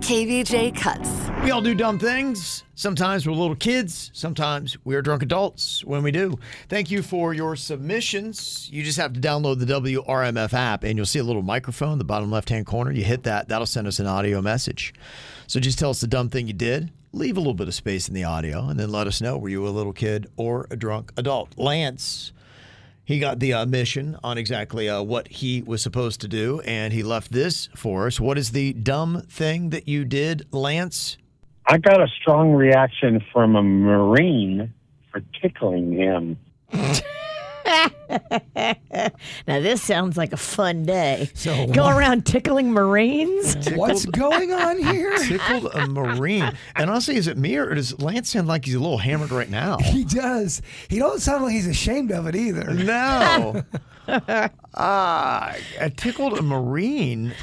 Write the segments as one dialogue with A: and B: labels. A: KVJ cuts.
B: We all do dumb things. Sometimes we're little kids. Sometimes we are drunk adults when we do. Thank you for your submissions. You just have to download the WRMF app and you'll see a little microphone in the bottom left hand corner. You hit that, that'll send us an audio message. So just tell us the dumb thing you did. Leave a little bit of space in the audio and then let us know were you a little kid or a drunk adult? Lance. He got the uh, mission on exactly uh, what he was supposed to do, and he left this for us. What is the dumb thing that you did, Lance?
C: I got a strong reaction from a Marine for tickling him.
D: Now this sounds like a fun day.
B: So
D: Go
B: what-
D: around tickling Marines.
E: What's going on here?
B: Tickled a Marine. And honestly, is it me or does Lance sound like he's a little hammered right now?
E: He does. He don't sound like he's ashamed of it either.
B: No. Ah, I tickled a Marine.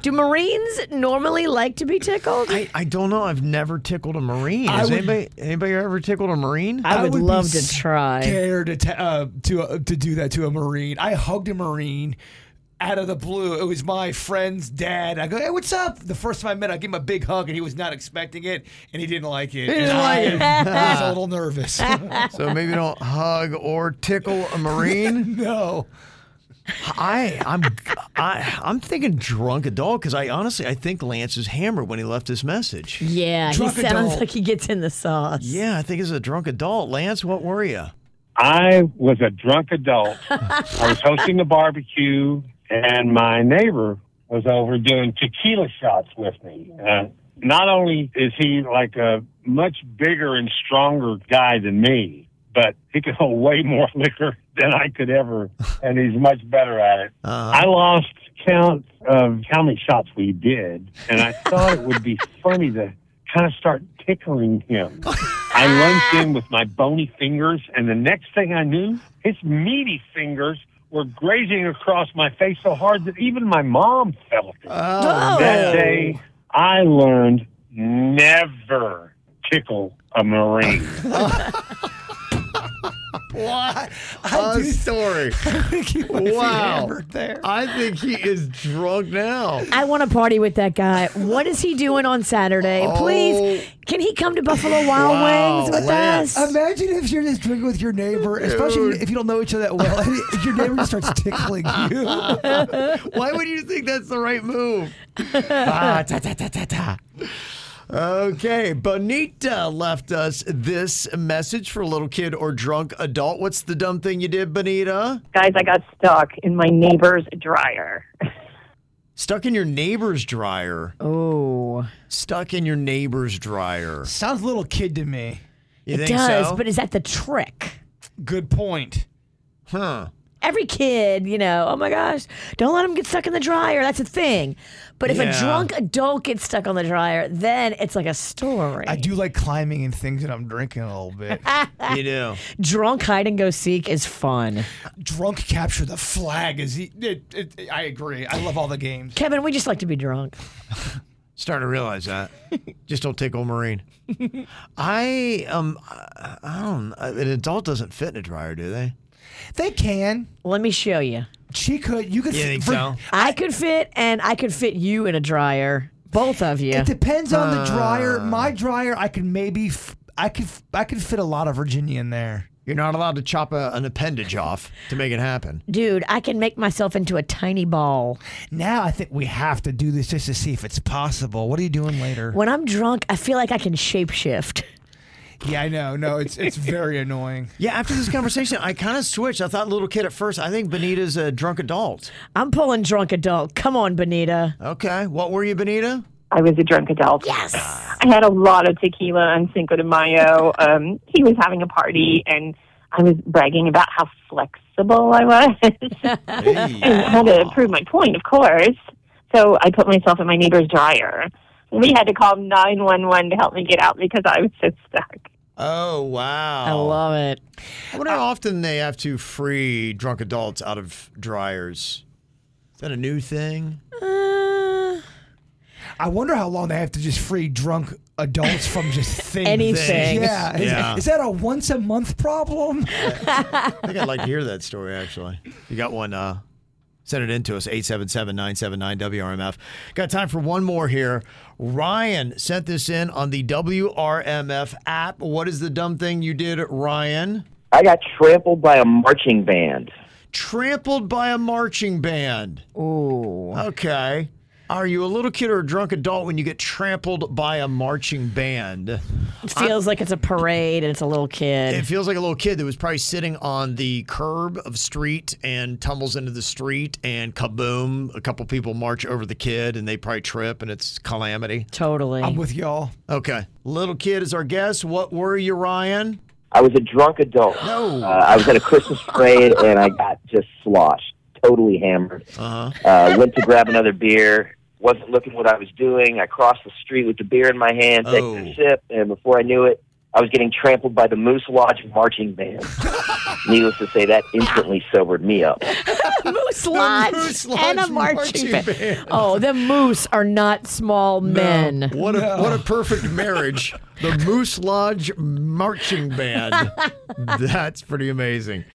D: Do Marines normally like to be tickled?
B: I, I don't know. I've never tickled a Marine.
E: I
B: Has
E: would-
B: anybody, anybody ever tickled a Marine?
D: I would
E: be
D: love to try.
E: Scared to ta- uh, to uh, to do that to a marine. I hugged a marine out of the blue. It was my friend's dad. I go, hey, what's up? The first time I met, him, I gave him a big hug, and he was not expecting it, and he didn't like it. He
B: didn't like it.
E: I was a little nervous.
B: so maybe don't hug or tickle a Marine.
E: no.
B: I I'm I, I'm thinking drunk adult because I honestly I think Lance is hammered when he left this message.
D: yeah, he
E: Drunk
D: sounds
E: adult.
D: like he gets in the sauce.
B: Yeah, I think it's a drunk adult. Lance, what were you?
C: I was a drunk adult. I was hosting a barbecue, and my neighbor was over doing tequila shots with me. Uh, not only is he like a much bigger and stronger guy than me, but he can hold way more liquor than I could ever, and he's much better at it. I lost count of how many shots we did, and I thought it would be funny to kind of start tickling him. I lunged in with my bony fingers, and the next thing I knew, his meaty fingers were grazing across my face so hard that even my mom felt it.
D: Oh,
C: that day, I learned never tickle a Marine.
B: What
E: I do
B: story?
E: think he might be
B: Wow.
E: hammered there.
B: I think he is drunk now.
D: I want to party with that guy. What is he doing on Saturday? Please, can he come to Buffalo Wild
B: Oh. Wow,
D: Wings with
B: Lance.
D: us?
E: Imagine if you're just drinking with your neighbor, especially
B: Dude.
E: if you don't know each other that well, and if your neighbor just starts tickling you.
B: Why would you think that's the right move? Ah, ta, ta, ta, ta, ta. Okay, Bonita left us this message for little kid or drunk adult. What's the dumb thing you did, Bonita?
F: guys, I got stuck in my neighbor's dryer.
B: Stuck in your neighbor's dryer.
D: oh,
B: Stuck in your neighbor's dryer.
E: Sounds a little kid to me.
B: You
D: it
B: think
D: does.
B: so?
D: But is that the trick?
E: Good point.
B: huh.
D: Every kid, you know, oh my gosh, don't let them get stuck in the dryer. That's a thing. But if
B: Yeah.
D: a drunk adult gets stuck on the dryer, then it's like a story.
E: I do like climbing and things that I'm drinking a little bit.
B: You do.
D: Drunk hide and go seek is fun.
E: Drunk capture the flag is. He, it, it, I agree. I love all the games.
D: Kevin, we just like to be drunk.
B: Starting to realize that. Just don't tickle marine. I um I I don't an adult doesn't fit in a dryer, do they?
E: They can.
D: Let me show you.
E: She could. You could.
B: You think
E: for-
B: so?
D: I could fit, and I could fit you in a dryer. Both of you.
E: It depends on the dryer. My dryer, I could maybe. F- I could. f- I could fit a lot of Virginia in there.
B: You're not allowed to chop a, an appendage off to make it happen.
D: Dude, I can make myself into a tiny ball.
E: Now I think we have to do this just to see if it's possible. What are you doing later?
D: When I'm drunk, I feel like I can shapeshift.
E: Yeah, I know. No, it's it's very annoying.
B: Yeah, after this conversation, I kind of switched. I thought little kid at first. I think Benita's a drunk adult.
D: I'm pulling drunk adult. Come on, Bonita.
B: Okay. What were you, Benita?
F: I was a drunk adult.
D: Yes.
F: I had a lot of tequila on Cinco de Mayo. Um, he was having a party, and I was bragging about how flexible I was. and how to prove my point, of course. So I put myself in my neighbor's dryer. We had to call 911 to help me get out because I was so stuck.
B: Oh wow!
D: I love it.
B: I wonder how often they have to free drunk adults out of dryers. Is that a new thing?
D: Uh,
E: I wonder how long they have to just free drunk adults from just things.
D: Anything.
E: Yeah. Is,
B: Yeah.
E: is that a once a month problem?
B: I think I'd like to hear that story, actually. You got one, uh, send it in to us, 877-979-WRMF. Got time for one more here. Ryan sent this in on the WRMF app. What is the dumb thing you did, Ryan?
C: I got trampled by a marching band.
B: Trampled by a marching band.
D: ooh.
B: Okay. Are you a little kid or a drunk adult when you get trampled by a marching band?
D: It feels like it's a parade and it's a little kid.
B: It feels like a little kid that was probably sitting on the curb of street and tumbles into the street and kaboom, a couple people march over the kid and they probably trip and it's calamity.
D: totally.
E: I'm with y'all.
B: Okay. Little kid is our guest. What were you, Ryan?
C: I was a drunk adult.
B: No.
C: Uh, I was at a Christmas parade and I got just sloshed, totally hammered.
B: Uh-huh.
C: Uh, went to grab another beer. Wasn't looking what I was doing. I crossed the street with the beer in my hand, taking
B: Oh.
C: a sip, and before I knew it, I was getting trampled by the Moose Lodge marching band. Needless to say, that instantly sobered me up.
D: moose lodge,
B: Moose Lodge
D: and a
B: marching
D: marching, band.
B: band.
D: Oh, the moose are not small men.
B: Uh, What a what a perfect marriage. The Moose Lodge marching band. That's pretty amazing.